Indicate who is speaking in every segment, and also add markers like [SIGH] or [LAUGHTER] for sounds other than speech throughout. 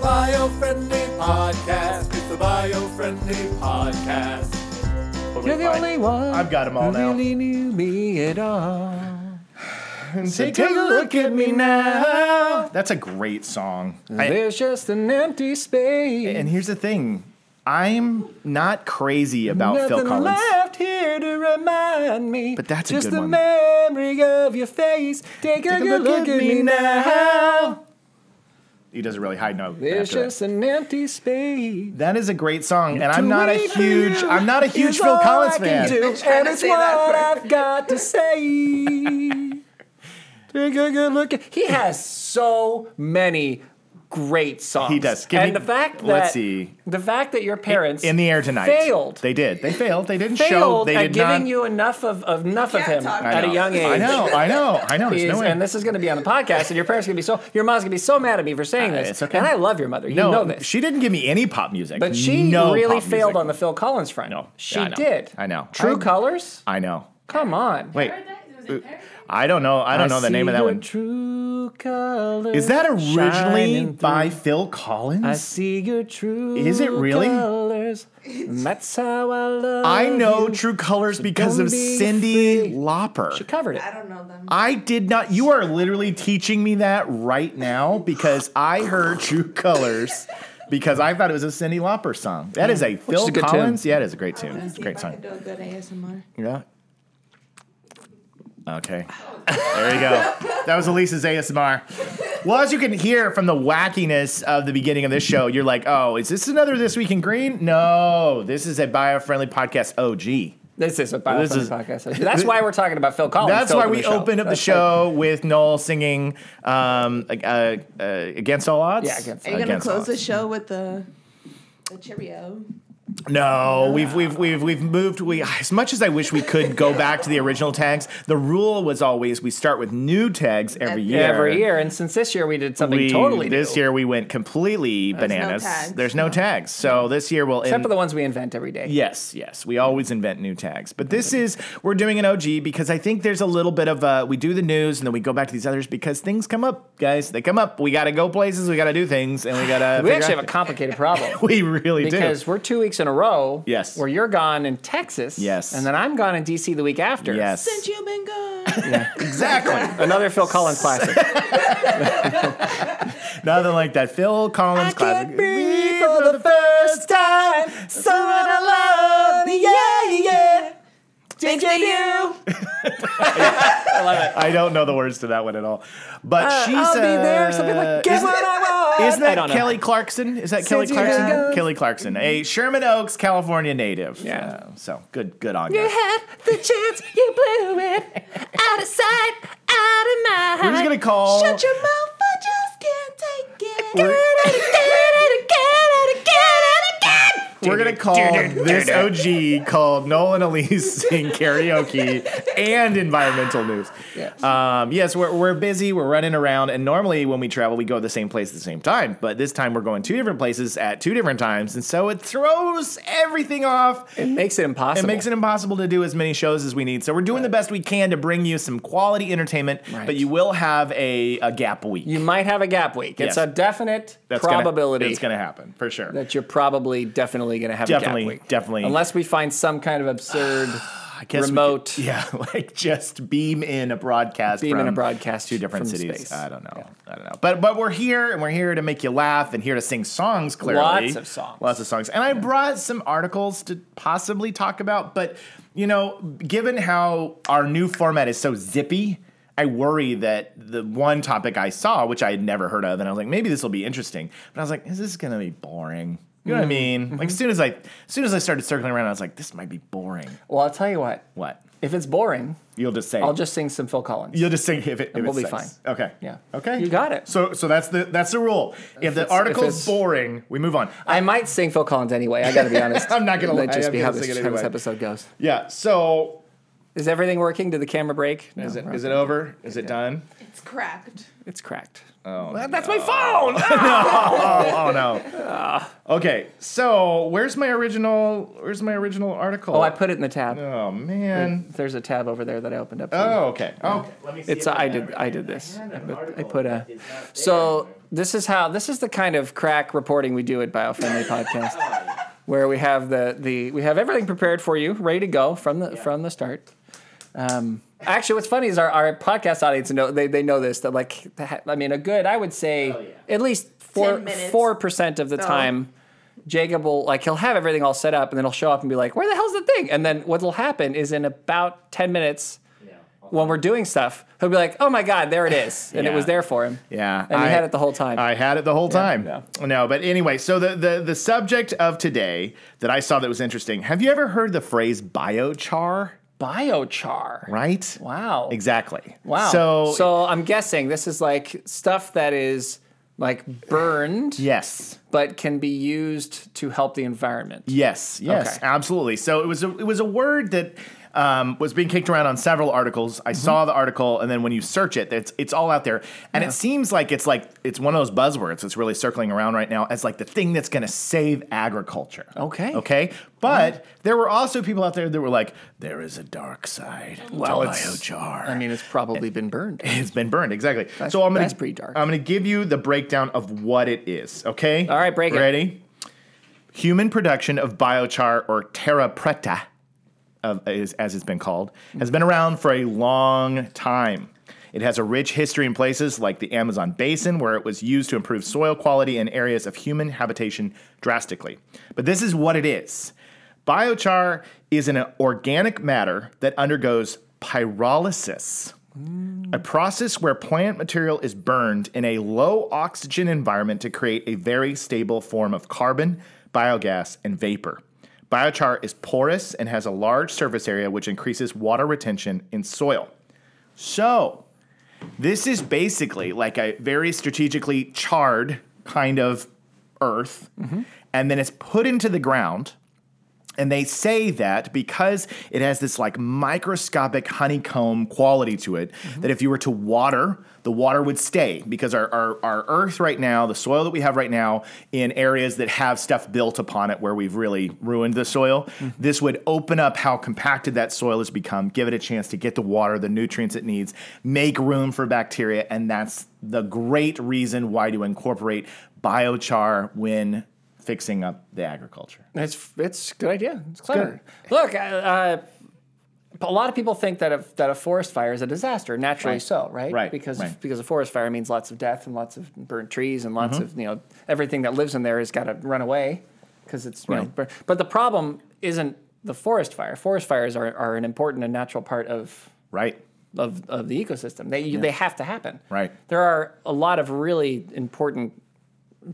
Speaker 1: bio-friendly podcast. It's the bio-friendly podcast.
Speaker 2: You're the only one.
Speaker 3: I've got 'em all
Speaker 2: who
Speaker 3: now.
Speaker 2: Really knew me at all.
Speaker 3: So
Speaker 2: Take a look at me now.
Speaker 3: That's a great song. I-
Speaker 2: There's just an empty space.
Speaker 3: and here's the thing. I'm not crazy about Phil
Speaker 2: Nothing
Speaker 3: Collins.
Speaker 2: left here to remind me.
Speaker 3: But that's a
Speaker 2: just
Speaker 3: good
Speaker 2: the
Speaker 3: one.
Speaker 2: memory of your face. Take, a, good look, at me now.
Speaker 3: He does a really high note.
Speaker 2: There's
Speaker 3: after that.
Speaker 2: just an empty space.
Speaker 3: That is a great song, and
Speaker 2: To
Speaker 3: I'm not a
Speaker 2: wait for
Speaker 3: huge
Speaker 2: you
Speaker 3: I'm not a huge
Speaker 2: is
Speaker 3: Phil
Speaker 2: all
Speaker 3: Collins
Speaker 2: I can
Speaker 3: fan.
Speaker 2: do,
Speaker 4: I've been trying
Speaker 2: and
Speaker 4: to
Speaker 2: it's
Speaker 4: say
Speaker 2: what
Speaker 4: that for-
Speaker 2: I've got to say. [LAUGHS] Take a good look. at- He has so many great songs.
Speaker 3: He does. Give
Speaker 2: and
Speaker 3: me-
Speaker 2: the fact that
Speaker 3: let's see.
Speaker 2: the fact that your parents
Speaker 3: In the air tonight.
Speaker 2: failed.
Speaker 3: They did. They failed. They didn't show.
Speaker 2: failed
Speaker 3: They
Speaker 2: at
Speaker 3: did
Speaker 2: giving
Speaker 3: not.
Speaker 2: you enough of, of enough of
Speaker 4: Cat
Speaker 2: him
Speaker 4: talk.
Speaker 3: I
Speaker 2: at a
Speaker 3: know.
Speaker 2: young age.
Speaker 3: I know. I know. I know.
Speaker 2: [LAUGHS]
Speaker 3: There's
Speaker 2: is-
Speaker 3: no way.
Speaker 2: and this is going to be on the podcast, and your parents are going to be so. Your mom's going to be so mad at me for saying
Speaker 3: Uh,
Speaker 2: this.
Speaker 3: it's okay.
Speaker 2: And I love your mother. You
Speaker 3: no,
Speaker 2: know this.
Speaker 3: she didn't give me any pop music.
Speaker 2: but she
Speaker 3: no
Speaker 2: really
Speaker 3: pop
Speaker 2: failed
Speaker 3: music.
Speaker 2: on the Phil Collins front.
Speaker 3: No.
Speaker 2: she
Speaker 3: I know.
Speaker 2: did.
Speaker 3: I know.
Speaker 2: True
Speaker 3: I-
Speaker 2: Colors.
Speaker 3: I know.
Speaker 2: Come on.
Speaker 3: Wait,
Speaker 5: Paradise? Was it Paradise?
Speaker 3: I don't know. I don't know the name of that one.
Speaker 2: True colors.
Speaker 3: Is that originally
Speaker 2: shining
Speaker 3: by
Speaker 2: through.
Speaker 3: Phil Collins?
Speaker 2: I see your true.
Speaker 3: Is it really?
Speaker 2: Colors. and That's how I love.
Speaker 3: I know
Speaker 2: you.
Speaker 3: True Colors because
Speaker 2: don't
Speaker 3: of
Speaker 2: be
Speaker 3: Cindy
Speaker 2: afraid.
Speaker 3: Lauper.
Speaker 2: She covered it.
Speaker 4: I don't know them.
Speaker 3: I did not. You are literally teaching me that right now because I heard True Colors because I thought it was a Cindy Lauper song. That is a Phil
Speaker 2: a good
Speaker 3: Collins.
Speaker 2: tune.
Speaker 3: Yeah, it is a great tune.
Speaker 4: Let's
Speaker 3: It's a
Speaker 4: see
Speaker 3: great
Speaker 4: if I
Speaker 3: song.
Speaker 4: can do a good ASMR.
Speaker 3: Yeah. Okay. There you go. That was Elisa's ASMR. Well, as you can hear from the wackiness of the beginning of this show, you're like, oh, is this another This Week in Green? No, this is a bio friendly podcast. Oh, gee.
Speaker 2: This is a
Speaker 3: This
Speaker 2: this
Speaker 3: is-
Speaker 2: podcast. That's why we're talking about Phil Collins.
Speaker 3: That's
Speaker 2: to
Speaker 3: why
Speaker 2: Oh, open the
Speaker 3: we
Speaker 2: show.
Speaker 3: opened up the
Speaker 2: That's
Speaker 3: show with Noel singing um, uh, uh, uh, Against All Odds.
Speaker 2: Yeah, Against
Speaker 4: Are you gonna
Speaker 3: Against
Speaker 4: close
Speaker 3: Odds.
Speaker 4: the show with the the Cheerio?
Speaker 3: No, we've we've we've we've moved. We as much as I wish we could go back to the original tags. The rule was always we start with new tags every
Speaker 4: Every
Speaker 3: year.
Speaker 2: every year. And since this year we did something
Speaker 3: We,
Speaker 2: totally new,
Speaker 3: this year we went completely
Speaker 4: no
Speaker 3: bananas.
Speaker 4: tags.
Speaker 3: There's no tags. So this year we'll
Speaker 2: except
Speaker 3: end,
Speaker 2: for the ones we invent every day.
Speaker 3: Yes, yes. We always invent new tags. But this is, we're doing an OG because I think there's a little bit of, uh, we do the news and then we go back to these others because things come up, guys. They come up. We got to go places. We got to do things and we got to.
Speaker 2: We actually have a complicated
Speaker 3: [LAUGHS]
Speaker 2: problem.
Speaker 3: We really
Speaker 2: Because
Speaker 3: do.
Speaker 2: we're two weeks in a row.
Speaker 3: Yes.
Speaker 2: Where you're gone in Texas.
Speaker 3: Yes.
Speaker 2: And then I'm gone in DC the week after.
Speaker 3: Yes.
Speaker 4: Since you've been [LAUGHS] gone,
Speaker 3: Exactly.
Speaker 2: Another Phil
Speaker 3: [LAUGHS]
Speaker 2: Collins classic.
Speaker 3: Nothing like that. Phil Collins classic.
Speaker 2: for the first time. Someone I love. Yeah, yeah.
Speaker 4: thanks to you.
Speaker 3: I don't know the words to that one at all. But she's.
Speaker 2: Uh, I'll be there. Something
Speaker 3: uh,
Speaker 2: like, get
Speaker 3: isn't-
Speaker 2: what I want.
Speaker 3: Isn't
Speaker 2: I
Speaker 3: that
Speaker 2: don't know.
Speaker 3: Kelly Clarkson? Is that Kelly
Speaker 2: Since you've
Speaker 3: Clarkson?
Speaker 2: been gone.
Speaker 3: Kelly Clarkson, a Sherman Oaks, California native.
Speaker 2: Yeah.
Speaker 3: Uh, so good, good on
Speaker 2: You
Speaker 3: you.
Speaker 2: had the chance, you blew it. Out of sight, out of mind.
Speaker 3: We're just gonna call.
Speaker 4: Shut your mouth, I just can't take it.
Speaker 2: Get it again, get it again, get it again.
Speaker 3: We're gonna call this OG called Nolan Elise sing karaoke and environmental news.
Speaker 2: Yes.
Speaker 3: Um, yes, we're, we're busy, we're running around, and normally when we travel, we go to the same place at the same time. But this time, we're going two different places at two different times, and so it throws everything off.
Speaker 2: It makes it impossible.
Speaker 3: It makes it impossible to do as many shows as we need. So we're doing the best we can to bring you some quality entertainment,
Speaker 2: Right.
Speaker 3: but you will have a, a gap week.
Speaker 2: You might have a gap week. It's
Speaker 3: Yes.
Speaker 2: a definite
Speaker 3: gonna-
Speaker 2: probability
Speaker 3: it's going to happen for sure.
Speaker 2: that you're probably definitely going to have
Speaker 3: Definitely,
Speaker 2: a gap week.
Speaker 3: definitely.
Speaker 2: Unless we find some kind of
Speaker 3: [SIGHS]
Speaker 2: absurd
Speaker 3: I guess we
Speaker 2: remote-
Speaker 3: could- [LAUGHS] yeah, like just beam in a broadcast.
Speaker 2: Beam in
Speaker 3: from
Speaker 2: a broadcast
Speaker 3: Two different
Speaker 2: from
Speaker 3: cities.
Speaker 2: space.
Speaker 3: I don't know. I don't know. But but we're here and we're here to make you laugh and here to sing songs. Clearly,
Speaker 2: Lots of songs.
Speaker 3: Lots of songs. And I brought some articles to possibly talk about. But you know, given how our new format is so zippy. I worry that the one topic I saw, which I had never heard of, and I was like, maybe this will be interesting. But I was like, is this gonna be boring? You
Speaker 2: Mm-hmm.
Speaker 3: know what I mean? Like as soon as I, as soon as I started circling around, I was like, this might be boring.
Speaker 2: Well, I'll tell you what.
Speaker 3: What?
Speaker 2: If it's boring,
Speaker 3: You'll just say.
Speaker 2: I'll just sing some Phil Collins.
Speaker 3: You'll just sing if it. If
Speaker 2: we'll
Speaker 3: it
Speaker 2: be
Speaker 3: sucks. Okay.
Speaker 2: Yeah.
Speaker 3: Okay.
Speaker 2: You got it.
Speaker 3: So so that's the that's the rule. If, the
Speaker 2: it's- if
Speaker 3: article's
Speaker 2: it's-
Speaker 3: boring, we move on. [LAUGHS]
Speaker 2: I might sing Phil Collins anyway. I got to be honest.
Speaker 3: I'm not gonna
Speaker 2: It might
Speaker 3: lie,
Speaker 2: just
Speaker 3: I'm
Speaker 2: be
Speaker 3: gonna
Speaker 2: how
Speaker 3: sing
Speaker 2: this,
Speaker 3: it
Speaker 2: how this
Speaker 3: anyway.
Speaker 2: episode goes.
Speaker 3: Yeah. So
Speaker 2: Is everything working? Did the camera break? No,
Speaker 3: Is it
Speaker 2: we're
Speaker 3: is
Speaker 2: okay.
Speaker 3: it over? Is it done?
Speaker 4: It's cracked.
Speaker 2: It's cracked. Oh, that's my phone. [LAUGHS]
Speaker 3: Oh no. Okay, so where's my original? Where's my original article?
Speaker 2: oh, I put it in the tab.
Speaker 3: Oh man.
Speaker 2: There's a tab over there that I opened up. for you.
Speaker 3: Oh okay. Okay. Let me see
Speaker 2: It's
Speaker 3: if
Speaker 2: I
Speaker 3: have
Speaker 2: did
Speaker 3: it.
Speaker 2: I did this.
Speaker 3: had
Speaker 2: I
Speaker 3: an
Speaker 2: put, I
Speaker 3: article
Speaker 2: put a
Speaker 3: that is not
Speaker 2: so this is how this is the kind of crack reporting we do at Biofriendly Podcast, where we have the the we have everything prepared for you, ready to go from the from the start. Um, actually, what's funny is our, our podcast audience know they, they know this that like the ha- I mean a good I would say at least four
Speaker 4: 10 minutes.
Speaker 2: four percent of the
Speaker 4: So-
Speaker 2: time. Jacob will like he'll have everything all set up and then he'll show up and be like, "Where the hell's the thing?" And then what'll happen is in about ten minutes, when we're doing stuff, he'll be like, "Oh my god, there it
Speaker 3: [LAUGHS]
Speaker 2: is," and it
Speaker 3: Yeah.
Speaker 2: was there for him.
Speaker 3: Yeah,
Speaker 2: and
Speaker 3: I-
Speaker 2: he had it the whole time.
Speaker 3: I had it the whole time.
Speaker 2: yeah.
Speaker 3: No, but anyway, so the, the the subject of today that I saw that was interesting. Have you ever heard the phrase biochar?
Speaker 2: Biochar.
Speaker 3: Right?
Speaker 2: Wow.
Speaker 3: Exactly.
Speaker 2: Wow.
Speaker 3: So,
Speaker 2: so I'm guessing this is like stuff that is like burned,
Speaker 3: yes.
Speaker 2: but can be used to help the environment.
Speaker 3: Yes, yes,
Speaker 2: Okay.
Speaker 3: absolutely. So it was a, it was a word that um, was being kicked around on several articles. I
Speaker 2: Mm-hmm.
Speaker 3: saw the article, and then when you search it, it's it's all out there, and it seems like it's like it's one of those buzzwords that's really circling around right now as like the thing that's going to save agriculture.
Speaker 2: Okay.
Speaker 3: okay, but there were also people out there that were like, there is a dark side
Speaker 2: Well,
Speaker 3: to
Speaker 2: it's-
Speaker 3: biochar.
Speaker 2: I mean, it's probably been burned.
Speaker 3: [LAUGHS] it's been burned exactly. so I'm gonna
Speaker 2: that's pretty dark.
Speaker 3: I'm gonna give you the breakdown of what it is. Okay.
Speaker 2: All right, break it.
Speaker 3: Ready? Human production of biochar or terra preta, of, is, as it's been called, has been around for a long time. It has a rich history in places like the Amazon basin, where it was used to improve soil quality in areas of human habitation drastically. But this is what it is biochar is an organic matter that undergoes pyrolysis a process where plant material is burned in a low oxygen environment to create a very stable form of carbon, biogas, and vapor. Biochar is porous and has a large surface area, which increases water retention in soil. So, this is basically like a very strategically charred kind of earth, and then it's put into the ground. And they say that because it has this like microscopic honeycomb quality to it, that if you were to water, the water would stay because our, our, our earth right now, the soil that we have right now, in areas that have stuff built upon it where we've really ruined the soil, this would open up how compacted that soil has become, give it a chance to get the water, the nutrients it needs, make room for bacteria. And that's the great reason why to incorporate biochar when fixing up the agriculture.
Speaker 2: It's it's a good idea. It's clever. Look, uh, uh, a lot of people think that a, that a forest fire is a disaster, naturally so, right?
Speaker 3: Right,
Speaker 2: Because
Speaker 3: right.
Speaker 2: because a forest fire means lots of death and lots of burnt trees and lots of you know everything that lives in there has got to run away because it's you know,
Speaker 3: Right.
Speaker 2: bur- but the problem isn't the forest fire. Forest fires are, are an important and natural part of
Speaker 3: Right.
Speaker 2: of, of the ecosystem. They they have to happen.
Speaker 3: Right.
Speaker 2: There are a lot of really important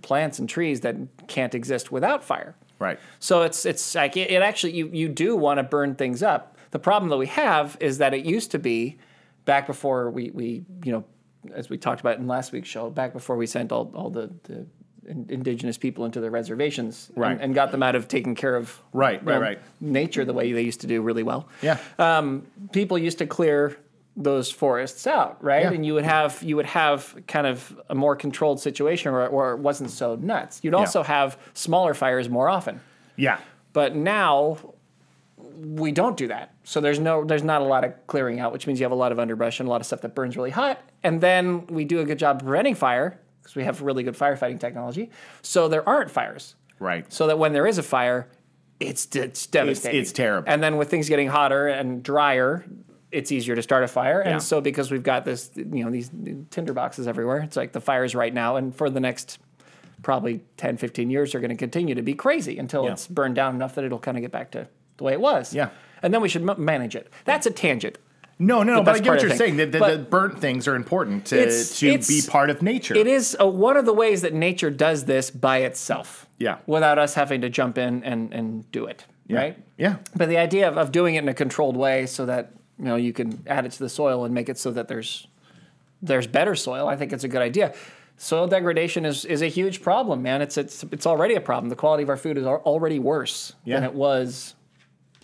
Speaker 2: plants and trees that can't exist without fire.
Speaker 3: Right.
Speaker 2: So it's it's like it, it actually you you do want to burn things up. The problem that we have is that it used to be back before we we you know as we talked about in last week's show, back before we sent all all the, the in- indigenous people into their reservations and-
Speaker 3: Right.
Speaker 2: and, got them out of taking care of
Speaker 3: Right,
Speaker 2: you
Speaker 3: right, right.
Speaker 2: nature the way they used to do really well
Speaker 3: Yeah.
Speaker 2: um, people used to clear those forests out, right?
Speaker 3: Yeah.
Speaker 2: And you would have you would have kind of a more controlled situation where, where it wasn't so nuts. You'd also have smaller fires more often,
Speaker 3: yeah.
Speaker 2: but now we don't do that. So there's no there's not a lot of clearing out, which means you have a lot of underbrush and a lot of stuff that burns really hot. And then we do a good job preventing fire because we have really good firefighting technology. So there aren't fires
Speaker 3: Right.
Speaker 2: so that when there is a fire, it's it's devastating.
Speaker 3: it's terrible.
Speaker 2: And then with things getting hotter and drier, it's easier to start a fire.
Speaker 3: Yeah.
Speaker 2: And so because we've got this, you know, these tinder boxes everywhere, it's like the fires right now and for the next probably 10, 15 years are going to continue to be crazy until
Speaker 3: Yeah.
Speaker 2: it's burned down enough that it'll kind of get back to the way it was.
Speaker 3: Yeah.
Speaker 2: And then we should m- manage it. That's a tangent.
Speaker 3: no, no, no. But I
Speaker 2: best
Speaker 3: get
Speaker 2: part
Speaker 3: what
Speaker 2: of
Speaker 3: you're
Speaker 2: the
Speaker 3: saying.
Speaker 2: thing.
Speaker 3: That the,
Speaker 2: But-
Speaker 3: the burnt things are important to,
Speaker 2: It's-
Speaker 3: to be
Speaker 2: it's-
Speaker 3: part of nature.
Speaker 2: It is a, one of the ways that nature does this by itself.
Speaker 3: Yeah.
Speaker 2: Without us having to jump in and, and do it.
Speaker 3: Yeah.
Speaker 2: Right?
Speaker 3: Yeah.
Speaker 2: But the idea of, of doing it in a controlled way so that you know you can add it to the soil and make it so that there's there's better soil, I think it's a good idea. Soil degradation is, is a huge problem, man. It's it's it's already a problem. The quality of our food is al- already worse
Speaker 3: Yeah.
Speaker 2: than it was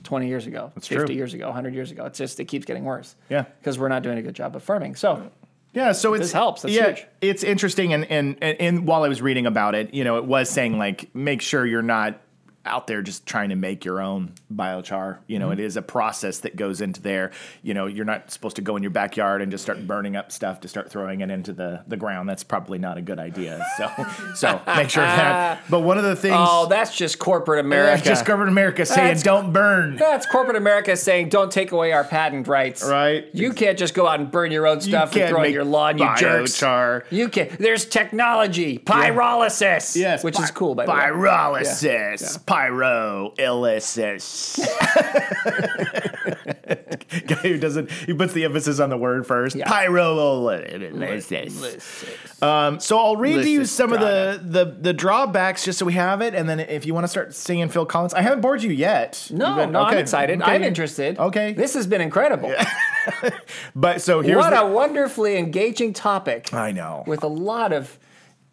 Speaker 2: 20 years ago, That's 50
Speaker 3: true.
Speaker 2: years ago, 100 years ago. It's just, it keeps getting worse.
Speaker 3: Yeah.
Speaker 2: Because we're not doing a good job of farming. So,
Speaker 3: Yeah, so it's,
Speaker 2: helps. That's
Speaker 3: yeah,
Speaker 2: huge.
Speaker 3: it's interesting. And, and and and while I was reading about it, you know, it was saying like make sure you're not out there just trying to make your own biochar. You
Speaker 2: Mm-hmm.
Speaker 3: know, it is a process that goes into there. You know, you're not supposed to go in your backyard and just start burning up stuff to start throwing it into the the ground. That's probably not a good idea. So so make sure of that. But one of the things
Speaker 2: [LAUGHS] oh, that's just corporate America.
Speaker 3: [LAUGHS] just government America saying
Speaker 2: That's-
Speaker 3: don't burn.
Speaker 2: That's corporate America saying, "Don't take away our patent rights."
Speaker 3: Right.
Speaker 2: You can't just go out and burn your own stuff and
Speaker 3: can't
Speaker 2: throw it in
Speaker 3: make
Speaker 2: your lawn, you jerks.
Speaker 3: biochar.
Speaker 2: You can. There's technology, pyrolysis.
Speaker 3: Yes,
Speaker 2: which is
Speaker 3: pi-
Speaker 2: cool, by the way.
Speaker 3: Pyrolysis, pyro,
Speaker 2: [LAUGHS]
Speaker 3: illysis. Guy who doesn't, he puts the emphasis on the word first.
Speaker 2: Yeah.
Speaker 3: Pyrolysis. Um, so I'll read to you
Speaker 2: Lysis
Speaker 3: some of the, the the drawbacks just so we have it, and then if you want to start singing Phil Collins, I haven't bored you yet.
Speaker 2: No,
Speaker 3: You've been-
Speaker 2: no, I'm
Speaker 3: okay,
Speaker 2: excited.
Speaker 3: okay.
Speaker 2: I'm interested.
Speaker 3: Okay.
Speaker 2: This has been incredible.
Speaker 3: But so here's
Speaker 2: what
Speaker 3: the-
Speaker 2: a wonderfully engaging topic.
Speaker 3: I know.
Speaker 2: With a lot of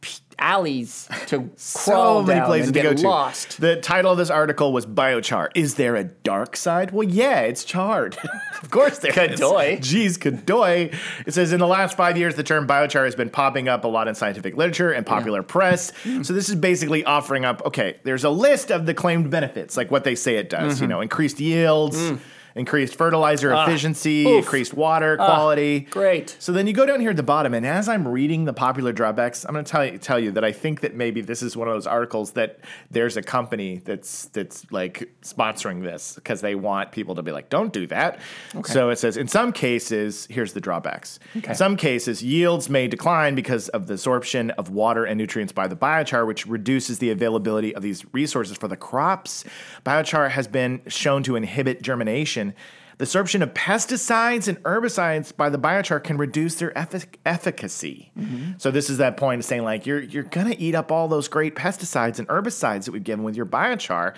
Speaker 2: p- alleys to
Speaker 3: [LAUGHS] so
Speaker 2: crawl
Speaker 3: many
Speaker 2: down
Speaker 3: places
Speaker 2: and
Speaker 3: to
Speaker 2: get
Speaker 3: go
Speaker 2: lost.
Speaker 3: to. The title of this article was Biochar. Is there a dark side? Well, yeah, it's charred. [LAUGHS] of course there is.
Speaker 2: Kadoy.
Speaker 3: Jeez, kadoy. It says in the last five years, the term biochar has been popping up a lot in scientific literature and popular press.
Speaker 2: Hmm.
Speaker 3: So this is basically offering up, okay, there's a list of the claimed benefits, like what they say it does,
Speaker 2: Mm-hmm.
Speaker 3: you know, increased yields. Increased fertilizer efficiency,
Speaker 2: Mm. Ah. Oof. Ah.
Speaker 3: increased water quality.
Speaker 2: Great.
Speaker 3: So then you go down here at the bottom, and as I'm reading the popular drawbacks, I'm going to tell you, tell you that I think that maybe this is one of those articles that there's a company that's that's like sponsoring this because they want people to be like, don't do that. So it says in some cases, here's the drawbacks.
Speaker 2: Okay.
Speaker 3: In some cases, yields may decline because of the absorption of water and nutrients by the biochar, which reduces the availability of these resources for the crops. Biochar has been shown to inhibit germination. The absorption of pesticides and herbicides by the biochar can reduce their effic- efficacy. So this is that point of saying like you're you're gonna eat up all those great pesticides and herbicides that we've given with your biochar.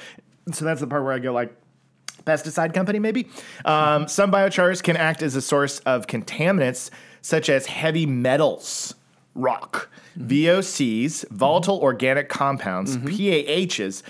Speaker 3: So that's the part where I go like, pesticide company, maybe. Um, some biochars can act as a source of contaminants such as heavy metals, rock, VOCs, volatile organic compounds, PAHs,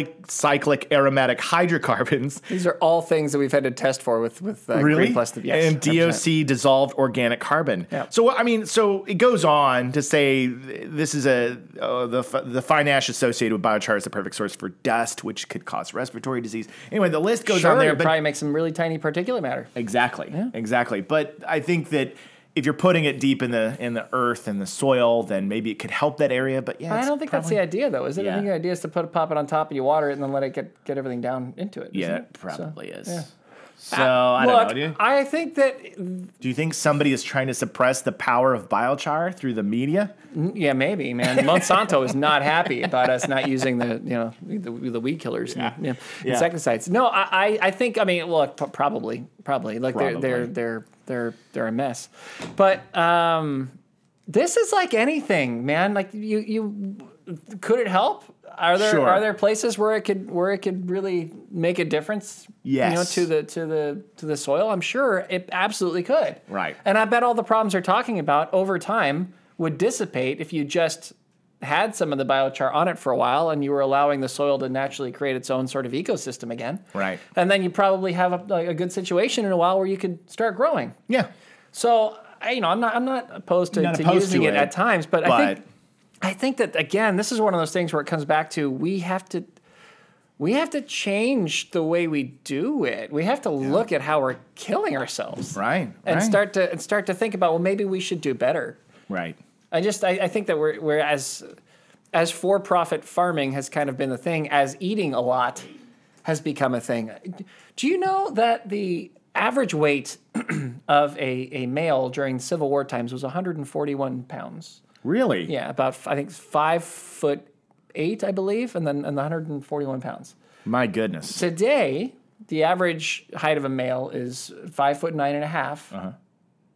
Speaker 3: polycyclic aromatic hydrocarbons,
Speaker 2: These are all things that we've had to test for with with uh, Green Plus. Yes,
Speaker 3: and
Speaker 2: 100%.
Speaker 3: DOC dissolved organic carbon.
Speaker 2: Yeah.
Speaker 3: So I mean, so it goes on to say th- this is a uh, the fi- the fine ash associated with biochar is the perfect source for dust, which could cause respiratory disease. Anyway, the list goes
Speaker 2: Sure,
Speaker 3: on there,
Speaker 2: it
Speaker 3: but
Speaker 2: probably makes some really tiny particulate matter.
Speaker 3: Exactly. Exactly. But I think that if you're putting it deep in the in the earth and the soil, then maybe it could help that area. But yeah,
Speaker 2: I
Speaker 3: it's
Speaker 2: don't think that's
Speaker 3: probably-
Speaker 2: the idea, though, is it? I
Speaker 3: Yeah.
Speaker 2: think the idea is to put pop it on top and you water it and then let it get, get everything down into it.
Speaker 3: Yeah,
Speaker 2: isn't
Speaker 3: it
Speaker 2: it? So,
Speaker 3: probably is.
Speaker 2: yeah.
Speaker 3: So I don't
Speaker 2: Look,
Speaker 3: know. Do you,
Speaker 2: I think that
Speaker 3: do you think somebody is trying to suppress the power of biochar through the media?
Speaker 2: yeah, maybe, man. Monsanto is not happy about us not using the you know the, the weed killers and yeah,
Speaker 3: Yeah.
Speaker 2: insecticides. No, I, I I think I mean well p- probably probably like they're they're
Speaker 3: Probably.
Speaker 2: they're they're they're a mess, but um, this is like anything, man. Like you you could it help? Are there
Speaker 3: Sure.
Speaker 2: are there places where it could where it could really make a difference? you know
Speaker 3: Yes.
Speaker 2: to the to the to the soil. I'm sure it absolutely could.
Speaker 3: Right.
Speaker 2: And I bet all the problems they're talking about over time would dissipate if you just had some of the biochar on it for a while and you were allowing the soil to naturally create its own sort of ecosystem again.
Speaker 3: Right.
Speaker 2: And then you probably have a, like, a good situation in a while where you could start growing.
Speaker 3: Yeah.
Speaker 2: So, I, you know, I'm not I'm not opposed to,
Speaker 3: Not
Speaker 2: to
Speaker 3: opposed
Speaker 2: using
Speaker 3: to
Speaker 2: it,
Speaker 3: it,
Speaker 2: at times, but, I
Speaker 3: But
Speaker 2: think I think that again, this is one of those things where it comes back to we have to we have to change the way we do it. We have to look at how we're killing ourselves.
Speaker 3: right.
Speaker 2: And
Speaker 3: right,
Speaker 2: start to and start to think about, well, maybe we should do better.
Speaker 3: right.
Speaker 2: I just I, I think that we're we're as as for profit farming has kind of been the thing, as eating a lot has become a thing. Do you know that the average weight [CLEARS THROAT] of a, a male during Civil War times was 141 pounds?
Speaker 3: Really?
Speaker 2: Yeah, about f- I think five foot eight, I believe, and then and 141 pounds.
Speaker 3: My goodness.
Speaker 2: Today, the average height of a male is five foot nine and a half
Speaker 3: Uh-huh.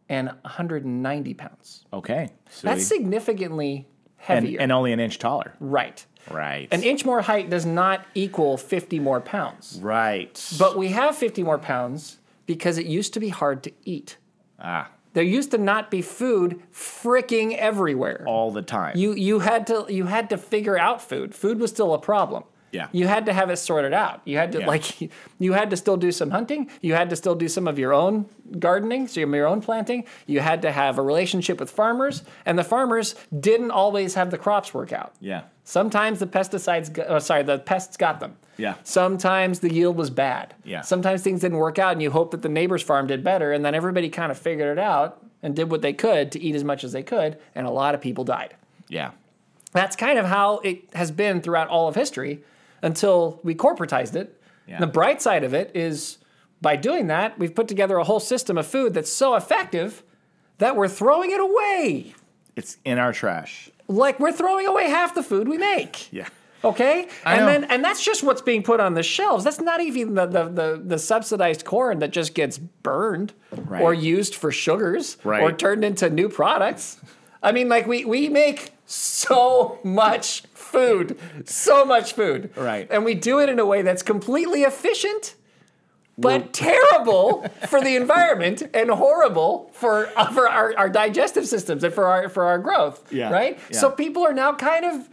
Speaker 2: and 190 pounds.
Speaker 3: Okay. So
Speaker 2: That's
Speaker 3: we-
Speaker 2: significantly
Speaker 3: and,
Speaker 2: heavier.
Speaker 3: and only an inch taller.
Speaker 2: right.
Speaker 3: Right.
Speaker 2: An inch more height does not equal 50 more pounds.
Speaker 3: right.
Speaker 2: But we have 50 more pounds because it used to be hard to eat.
Speaker 3: ah,
Speaker 2: There used to not be food freaking everywhere.
Speaker 3: all the time.
Speaker 2: You you had to you had to figure out food. Food was still a problem.
Speaker 3: Yeah.
Speaker 2: you had to have it sorted out. You had to
Speaker 3: Yeah.
Speaker 2: like [LAUGHS] you had to still do some hunting. You had to still do some of your own gardening, so your, your own planting. You had to have a relationship with farmers, and the farmers didn't always have the crops work out.
Speaker 3: Yeah.
Speaker 2: Sometimes the pesticides, go- oh, sorry, the pests got them.
Speaker 3: Yeah.
Speaker 2: Sometimes the yield was bad.
Speaker 3: Yeah.
Speaker 2: Sometimes things didn't work out, and you hope that the neighbor's farm did better, and then everybody kind of figured it out and did what they could to eat as much as they could, and a lot of people died.
Speaker 3: Yeah.
Speaker 2: That's kind of how it has been throughout all of history until we corporatized it.
Speaker 3: Yeah.
Speaker 2: And The bright side of it is by doing that, we've put together a whole system of food that's so effective that we're throwing it away.
Speaker 3: It's in our trash.
Speaker 2: Like we're throwing away half the food we make.
Speaker 3: Yeah.
Speaker 2: Okay,
Speaker 3: I
Speaker 2: and
Speaker 3: know.
Speaker 2: then and that's just what's being put on the shelves. That's not even the the, the, the subsidized corn that just gets burned
Speaker 3: Right.
Speaker 2: or used for sugars or
Speaker 3: Right.
Speaker 2: turned into new products. I mean, like we we make so much food, so much food,
Speaker 3: Right.
Speaker 2: And we do it in a way that's completely efficient. But terrible
Speaker 3: [LAUGHS]
Speaker 2: for the environment and horrible for uh, for our, our digestive systems and for our for our growth,
Speaker 3: Yeah.
Speaker 2: right?
Speaker 3: Yeah.
Speaker 2: So people are now kind of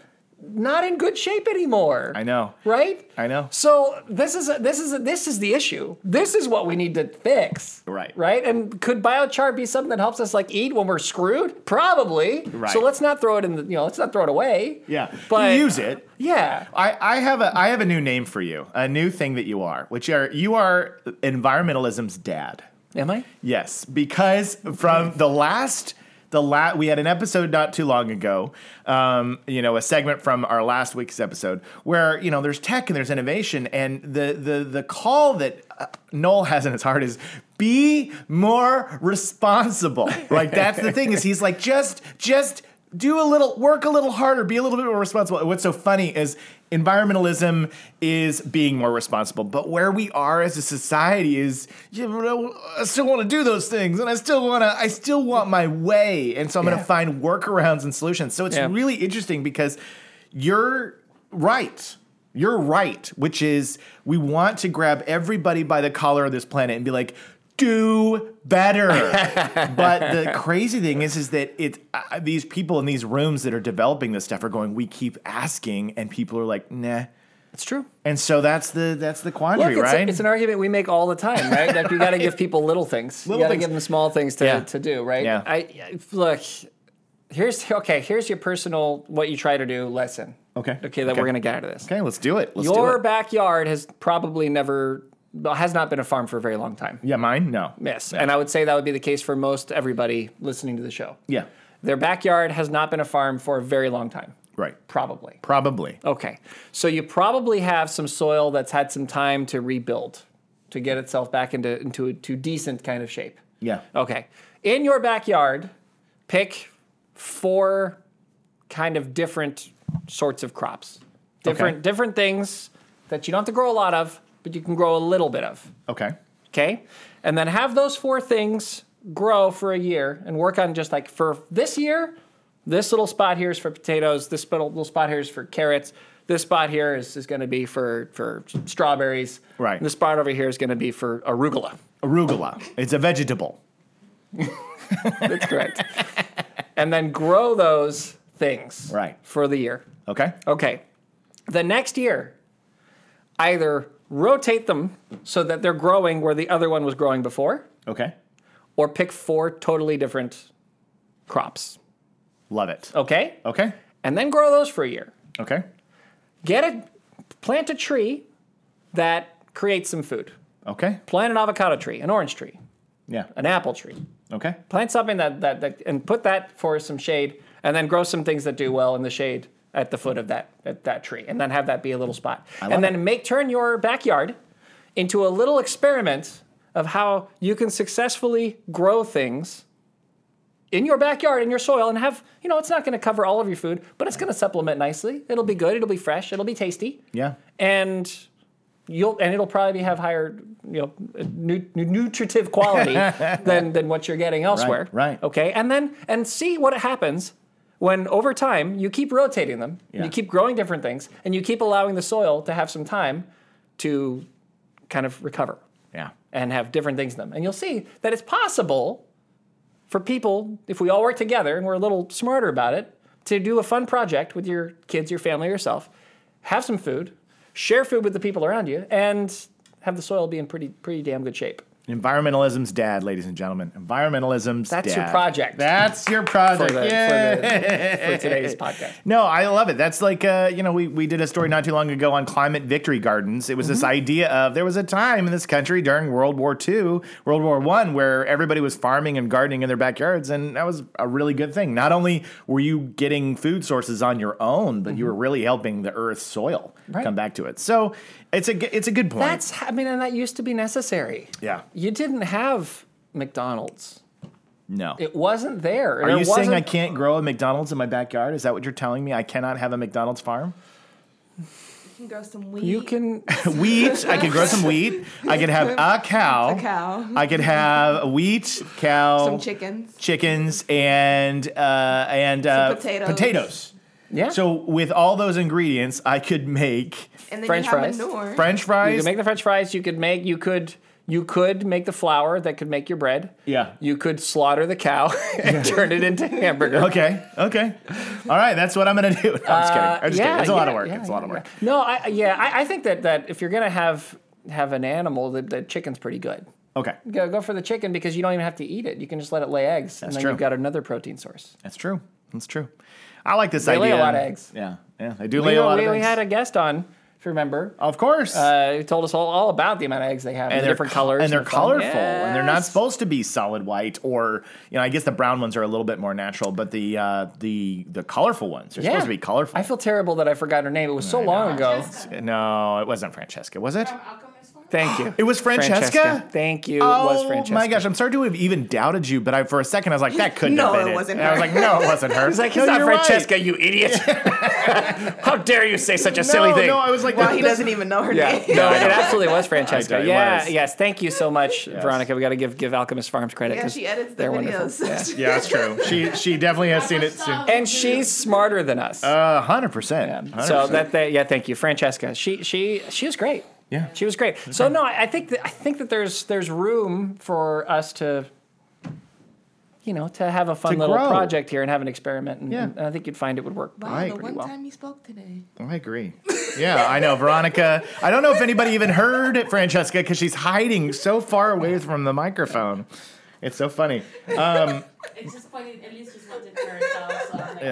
Speaker 2: not in good shape anymore.
Speaker 3: I know.
Speaker 2: Right?
Speaker 3: I know.
Speaker 2: So this is a, this is a, this is the issue. This is what we need to fix.
Speaker 3: Right.
Speaker 2: Right? And could biochar be something that helps us like eat when we're screwed? Probably.
Speaker 3: Right.
Speaker 2: So let's not throw it in the you know, let's not throw it away.
Speaker 3: Yeah.
Speaker 2: But
Speaker 3: you use it.
Speaker 2: Yeah.
Speaker 3: I, I have a I have a new name for you, a new thing that you are, which are you are environmentalism's dad.
Speaker 2: Am I?
Speaker 3: Yes, because from the last the la- we had an episode not too long ago, um, you know, a segment from our last week's episode where you know there's tech and there's innovation, and the the the call that uh, Noel has in his heart is be more responsible. like that's the thing is he's like just just do a little work a little harder be a little bit more responsible And what's so funny is environmentalism is being more responsible but where we are as a society is you know, i still want to do those things and i still want to i still want my way and so i'm
Speaker 2: Yeah.
Speaker 3: going to find workarounds and solutions so it's
Speaker 2: Yeah.
Speaker 3: really interesting because you're right you're right which is we want to grab everybody by the collar of this planet and be like do
Speaker 2: [LAUGHS]
Speaker 3: better but the crazy thing is, is that it uh, these people in these rooms that are developing this stuff are going. We keep asking, and people are like, nah.
Speaker 2: It's true.
Speaker 3: And so that's the that's the quandary,
Speaker 2: Look, it's, a-
Speaker 3: right?
Speaker 2: it's an argument we make all the time, right? Like you got
Speaker 3: [LAUGHS]
Speaker 2: to give people little things.
Speaker 3: Little
Speaker 2: you got to
Speaker 3: things.
Speaker 2: give them small things to,
Speaker 3: Yeah.
Speaker 2: to do, right?
Speaker 3: Yeah.
Speaker 2: I, I look. Here's okay. Here's your personal what you try to do lesson.
Speaker 3: Okay.
Speaker 2: Okay, that
Speaker 3: Okay.
Speaker 2: we're gonna get out of this.
Speaker 3: okay, let's do it. Let's
Speaker 2: Your
Speaker 3: do it.
Speaker 2: backyard has probably never has not been a farm for a very long time.
Speaker 3: Yeah, mine. No.
Speaker 2: Yes,
Speaker 3: Yeah.
Speaker 2: and I would say that would be the case for most everybody listening to the show.
Speaker 3: yeah.
Speaker 2: Their backyard has not been a farm for a very long time,
Speaker 3: Right.
Speaker 2: probably.
Speaker 3: Probably.
Speaker 2: Okay. So you probably have some soil that's had some time to rebuild, to get itself back into into a to decent kind of shape.
Speaker 3: Yeah.
Speaker 2: Okay. In your backyard, pick four kind of different sorts of crops. Different
Speaker 3: Okay.
Speaker 2: different things that you don't have to grow a lot of, but you can grow a little bit of.
Speaker 3: Okay.
Speaker 2: Okay? And then have those four things grow for a year and work on just like for this year, this little spot here is for potatoes, this spot- little spot here is for carrots, this spot here is, is going to be for, for strawberries.
Speaker 3: Right.
Speaker 2: This spot over here is going to be for arugula.
Speaker 3: Arugula. It's a vegetable.
Speaker 2: That's correct. and then grow those things
Speaker 3: Right.
Speaker 2: for the year.
Speaker 3: Okay.
Speaker 2: Okay. The next year, either rotate them so that they're growing where the other one was growing before,
Speaker 3: Okay.
Speaker 2: or pick four totally different crops.
Speaker 3: Love it.
Speaker 2: Okay?
Speaker 3: Okay.
Speaker 2: And then grow those for a year.
Speaker 3: Okay.
Speaker 2: Get a plant a tree that creates some food.
Speaker 3: Okay.
Speaker 2: Plant an avocado tree, an orange tree,
Speaker 3: Yeah.
Speaker 2: an apple tree.
Speaker 3: Okay.
Speaker 2: Plant something that, that, that and put that for some shade, and then grow some things that do well in the shade at the foot of that at that tree, and then have that be a little spot,
Speaker 3: love
Speaker 2: and then make turn your backyard into a little experiment of how you can successfully grow things in your backyard in your soil and have you know it's not going to cover all of your food but it's going to supplement nicely it'll be good it'll be fresh it'll be tasty
Speaker 3: Yeah.
Speaker 2: and you'll and it'll probably have higher you know nu- nu- nutritive quality
Speaker 3: [LAUGHS]
Speaker 2: than than what you're getting elsewhere
Speaker 3: right.
Speaker 2: okay and then and see what happens when over time you keep rotating them
Speaker 3: Yeah.
Speaker 2: you keep growing different things and you keep allowing the soil to have some time to kind of recover
Speaker 3: Yeah.
Speaker 2: and have different things in them and you'll see that it's possible for people if we all work together and we're a little smarter about it to do a fun project with your kids your family yourself have some food share food with the people around you, and have the soil be in pretty pretty damn good shape.
Speaker 3: Environmentalism's dad, ladies and gentlemen. Environmentalism's
Speaker 2: That's
Speaker 3: dad.
Speaker 2: your project.
Speaker 3: That's your
Speaker 2: for
Speaker 3: project.
Speaker 2: the,
Speaker 3: Yay.
Speaker 2: for, the, for today's podcast.
Speaker 3: No, I love it. That's like uh, you know, we we did a story not too long ago on climate victory gardens. It was
Speaker 2: Mm-hmm.
Speaker 3: this idea of there was a time in this country during World War II, World War One, where everybody was farming and gardening in their backyards, and that was a really good thing. Not only were you getting food sources on your own, but you were really helping the earth's soil
Speaker 2: Mm-hmm. Right.
Speaker 3: come back to it. So it's a g- it's a good point.
Speaker 2: That's I mean, and that used to be necessary.
Speaker 3: yeah.
Speaker 2: You didn't have McDonald's.
Speaker 3: No.
Speaker 2: It wasn't there.
Speaker 3: Are
Speaker 2: There
Speaker 3: you saying I
Speaker 2: wasn't-
Speaker 3: can't grow a McDonald's in my backyard? Is that what you're telling me? I cannot have a McDonald's farm?
Speaker 4: can grow some wheat.
Speaker 2: You can.
Speaker 3: [LAUGHS] wheat. I could grow some wheat. I could have a cow.
Speaker 4: A cow. [LAUGHS]
Speaker 3: I could have wheat, cow,
Speaker 4: some chickens.
Speaker 3: chickens, and uh, and uh,
Speaker 4: potatoes.
Speaker 3: potatoes.
Speaker 2: Yeah.
Speaker 3: So with all those ingredients, I could make
Speaker 4: And then
Speaker 2: French
Speaker 4: you have
Speaker 2: fries.
Speaker 4: manure.
Speaker 3: French
Speaker 2: you
Speaker 3: fries.
Speaker 2: could make the French fries. You could make. You could. You could make the flour that could make your bread.
Speaker 3: Yeah.
Speaker 2: You could slaughter the cow [LAUGHS] and turn it
Speaker 3: [LAUGHS]
Speaker 2: into hamburger.
Speaker 3: okay. Okay. All right. That's what I'm gonna [LAUGHS] do. No, I'm just kidding.
Speaker 2: Uh,
Speaker 3: I'm just
Speaker 2: yeah,
Speaker 3: kidding. It's a lot of
Speaker 2: yeah,
Speaker 3: work.
Speaker 2: yeah,
Speaker 3: it's a lot of
Speaker 2: yeah,
Speaker 3: work.
Speaker 2: yeah. No, I yeah, I, I think that that if you're gonna have have an animal, the, the chicken's pretty good.
Speaker 3: Okay.
Speaker 2: Go go for the chicken because you don't even have to eat it. You can just let it lay eggs, and
Speaker 3: That's
Speaker 2: then
Speaker 3: true.
Speaker 2: you've got another protein source.
Speaker 3: That's true. That's true. I like this
Speaker 2: They lay a
Speaker 3: idea.
Speaker 2: lot of eggs.
Speaker 3: Yeah. Yeah. They do
Speaker 2: We,
Speaker 3: lay a lot
Speaker 2: we,
Speaker 3: of
Speaker 2: we
Speaker 3: eggs.
Speaker 2: had a guest on, if you remember,
Speaker 3: of course.
Speaker 2: uh, who told us all, all about the amount of eggs they have and, the
Speaker 3: they're
Speaker 2: different
Speaker 3: co-
Speaker 2: colors
Speaker 3: and they're
Speaker 2: the fun-
Speaker 3: colorful and they're not
Speaker 2: Yes.
Speaker 3: supposed to be solid white or you know I guess the brown ones are a little bit more natural but the uh, the the colorful ones are
Speaker 2: Yeah.
Speaker 3: supposed to be colorful.
Speaker 2: I feel terrible that I forgot her name. It was so long ago.
Speaker 3: no, it wasn't Francesca, was it?
Speaker 2: Thank you.
Speaker 3: It was Francesca?
Speaker 2: Thank you.
Speaker 3: oh
Speaker 2: it was Francesca.
Speaker 3: my gosh, I'm sorry to have even doubted you, but I for a second I was like that couldn't
Speaker 4: No,
Speaker 3: have been
Speaker 4: it wasn't
Speaker 3: And I was
Speaker 4: her.
Speaker 3: like no, it wasn't her.
Speaker 2: It's like,
Speaker 3: no,
Speaker 2: it's not
Speaker 3: you're right.
Speaker 2: Francesca, you
Speaker 3: [LAUGHS]
Speaker 2: idiot. [LAUGHS] How dare you say such a
Speaker 3: No,
Speaker 2: silly thing?
Speaker 3: no, I was like
Speaker 4: Well,
Speaker 3: that-
Speaker 4: he
Speaker 3: that's-
Speaker 4: [LAUGHS] doesn't even know her
Speaker 2: Yeah,
Speaker 4: name.
Speaker 2: no, it absolutely was Francesca.
Speaker 3: It
Speaker 2: Yeah,
Speaker 3: was.
Speaker 2: yes. Thank you so much, Veronica. We got to give give Alchemist Farms credit.
Speaker 4: Yeah,
Speaker 2: 'cause
Speaker 4: she edits the
Speaker 2: they're wonderful.
Speaker 4: videos.
Speaker 2: Yeah.
Speaker 3: Yeah, that's true. She she definitely has seen it soon.
Speaker 2: And she's smarter than us.
Speaker 3: Uh, hundred percent.
Speaker 2: so that, that yeah, thank you, Francesca. She she she was great.
Speaker 3: Yeah.
Speaker 2: she was great. So no, I, I think that I think that there's there's room for us to, you know, to have a fun
Speaker 3: To
Speaker 2: little
Speaker 3: grow.
Speaker 2: project here and have an experiment. And,
Speaker 3: Yeah.
Speaker 2: and I think you'd find it would work.
Speaker 4: Wow,
Speaker 3: I
Speaker 4: the
Speaker 3: agree
Speaker 4: one
Speaker 2: well.
Speaker 4: time you spoke today.
Speaker 3: I agree. Yeah, I know, Veronica. I don't know if anybody even heard it, Francesca because she's hiding so far away from the microphone. It's so funny.
Speaker 5: It's just funny. Elise just wanted for herself. So I'm like,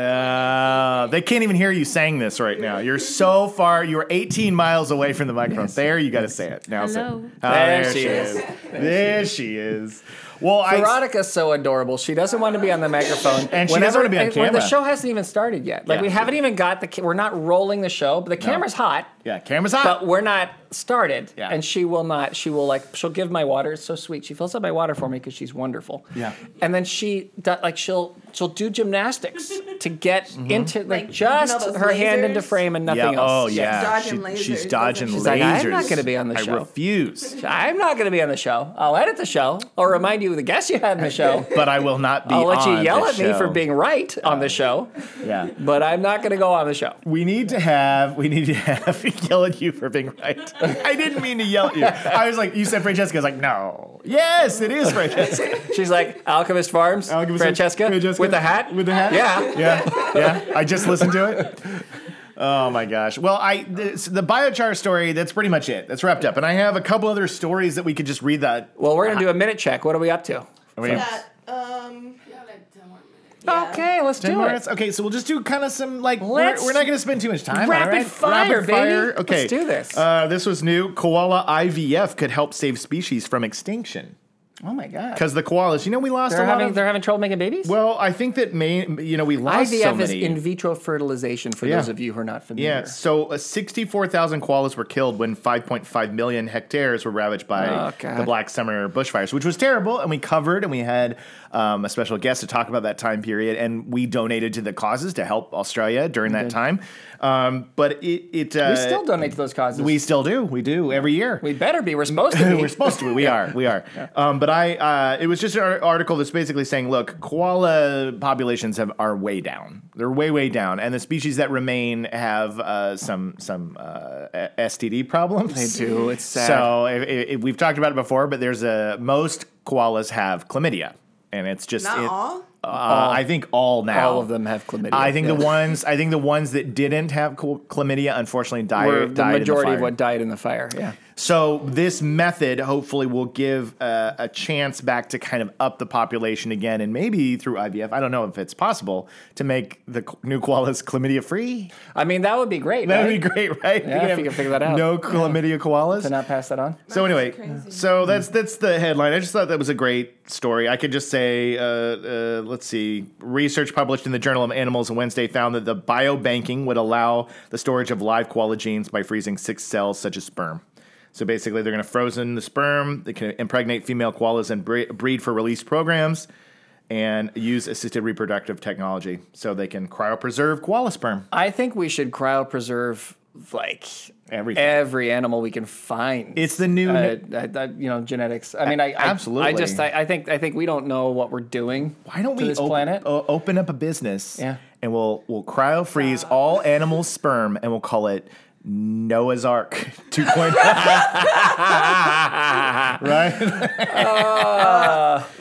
Speaker 3: Uh, they can't even hear you saying this right now. You're so far. You're 18 miles away from the microphone. There, you got to say it now. say it.
Speaker 5: Hello.
Speaker 3: Oh,
Speaker 2: There she is.
Speaker 3: There she is. Well, I.
Speaker 2: Veronica's so adorable. She doesn't want to be on the microphone,
Speaker 3: And she doesn't want to be on
Speaker 2: When the
Speaker 3: camera.
Speaker 2: show hasn't even started yet, like
Speaker 3: Yeah.
Speaker 2: we haven't even got the. ca- We're not rolling the show, but the camera's hot.
Speaker 3: Yeah, camera's hot.
Speaker 2: But we're not started,
Speaker 3: Yeah.
Speaker 2: and she will not. She will like she'll give my water. It's so sweet. She fills up my water for me because she's wonderful.
Speaker 3: Yeah.
Speaker 2: And then she do, like she'll she'll do gymnastics to get into like,
Speaker 4: Like,
Speaker 2: just
Speaker 4: you know those
Speaker 2: her hand into
Speaker 4: lasers?
Speaker 2: frame and
Speaker 3: Mm-hmm. yeah.
Speaker 2: nothing
Speaker 3: Oh
Speaker 2: else.
Speaker 3: yeah.
Speaker 4: She's dodging
Speaker 3: She- she's
Speaker 4: lasers,
Speaker 3: dodging
Speaker 4: doesn't
Speaker 3: lasers.
Speaker 4: she?
Speaker 2: like, I'm not gonna be on the
Speaker 3: I
Speaker 2: show.
Speaker 3: refuse.
Speaker 2: I'm not going to be on the show. I'll edit the show. I'll remind you of the guests you
Speaker 3: [LAUGHS]
Speaker 2: had in the show.
Speaker 3: But I will not be.
Speaker 2: I'll let
Speaker 3: on
Speaker 2: you
Speaker 3: the
Speaker 2: yell at me for
Speaker 3: show. Uh.
Speaker 2: being right on the show,
Speaker 3: Yeah.
Speaker 2: but I'm not going to go on the show.
Speaker 3: We need to have. We need to have [LAUGHS] yell at you for being right. I didn't mean to yell at you. [LAUGHS] I was like, you said Francesca. I was like, no. Yes, it is [LAUGHS] Francesca.
Speaker 2: She's like Alchemist Farms,
Speaker 3: Alchemist-
Speaker 2: Francesca,
Speaker 3: Francesca?
Speaker 2: with a hat.
Speaker 3: With the hat.
Speaker 2: yeah.
Speaker 3: Yeah. [LAUGHS] Yeah. I just listened to it. Oh my gosh. Well, I this, the biochar story. That's pretty much it. That's wrapped up. And I have a couple other stories that we could just read. That
Speaker 2: Well, we're going to do a minute check. What are we up to?
Speaker 3: I mean,
Speaker 4: Got, um,
Speaker 5: "You have, like 10 more minutes."
Speaker 4: yeah.
Speaker 2: Okay, let's
Speaker 3: ten
Speaker 2: do
Speaker 3: more
Speaker 2: it.
Speaker 3: minutes? Okay, so we'll just do kind of some like we're,
Speaker 2: Let's
Speaker 3: we're not going to spend too much time.
Speaker 2: rapid
Speaker 3: all right?
Speaker 2: fire,
Speaker 3: rapid
Speaker 2: baby.
Speaker 3: fire.
Speaker 2: Let's
Speaker 3: Okay,
Speaker 2: do this.
Speaker 3: Uh, this was new. Koala IVF could help save species from extinction.
Speaker 2: Oh my god.
Speaker 3: Because the koalas, you know, we lost
Speaker 2: They're
Speaker 3: a lot
Speaker 2: having
Speaker 3: of.
Speaker 2: they're having trouble making babies.
Speaker 3: well, I think that main, you know, we lost
Speaker 2: IVF
Speaker 3: so
Speaker 2: is
Speaker 3: many.
Speaker 2: in vitro fertilization for
Speaker 3: Yeah.
Speaker 2: those of you who are not familiar.
Speaker 3: yeah, so uh, 64,000 koalas were killed when 5.5 million hectares were ravaged
Speaker 2: Oh,
Speaker 3: by
Speaker 2: God.
Speaker 3: the Black Summer bushfires, which was terrible. And we covered, and we had um, a special guest to talk about that time period, and we donated to the causes to help Australia during that time. Um, but it, it uh,
Speaker 2: We still donate to those causes.
Speaker 3: we
Speaker 2: We,
Speaker 3: still do, we do every year.
Speaker 2: better be. [LAUGHS] We're supposed to be.
Speaker 3: We're supposed to. [LAUGHS] We are. We are. Um, but I, uh, it was just an ar- article that's basically saying, look, koala populations have are way down. They're way way down, and the species that remain have uh, some some uh, a- STD problems. [LAUGHS]
Speaker 2: They do. It's sad.
Speaker 3: So if, if, if we've talked about it before, but there's a most koalas have chlamydia, and it's just
Speaker 4: Not
Speaker 3: it-
Speaker 4: all.
Speaker 3: Uh, I think all now.
Speaker 2: All of them have chlamydia.
Speaker 3: I think
Speaker 2: yes.
Speaker 3: the ones I think the ones that didn't have chla- chlamydia unfortunately died.
Speaker 2: Were the
Speaker 3: died in
Speaker 2: majority
Speaker 3: fire.
Speaker 2: of what died in the fire. Yeah.
Speaker 3: So this method hopefully will give uh, a chance back to kind of up the population again, and maybe through IVF. I don't know if it's possible to make the ch- new koalas chlamydia free.
Speaker 2: I mean, that would be great.
Speaker 3: That would be
Speaker 2: right?
Speaker 3: great, right?
Speaker 2: Yeah,
Speaker 3: We
Speaker 2: if you
Speaker 3: have
Speaker 2: can figure that out.
Speaker 3: No chlamydia koalas.
Speaker 2: To not pass that on.
Speaker 3: So anyway,
Speaker 4: crazy.
Speaker 3: so that's that's the headline. I just thought that was a great story. I could just say, uh, uh, let's see, research published in the Journal of Animals on Wednesday found that the biobanking would allow the storage of live koala genes by freezing six cells such as sperm. So basically, they're going to frozen the sperm. They can impregnate female koalas and bre- breed for release programs, and use assisted reproductive technology so they can cryopreserve koala sperm.
Speaker 2: I think we should cryopreserve like
Speaker 3: Everything.
Speaker 2: every animal we can find.
Speaker 3: It's the new-
Speaker 2: uh, I, I- you know genetics. I mean, I I-
Speaker 3: absolutely.
Speaker 2: I just I, I think I think we don't know what we're doing.
Speaker 3: Why don't
Speaker 2: to
Speaker 3: we
Speaker 2: this
Speaker 3: op-
Speaker 2: planet?
Speaker 3: o- open up a business
Speaker 2: Yeah.
Speaker 3: and we'll we'll cryo freeze all animal sperm and we'll call it Noah's Ark [LAUGHS]
Speaker 2: [LAUGHS]
Speaker 3: 2.0. right?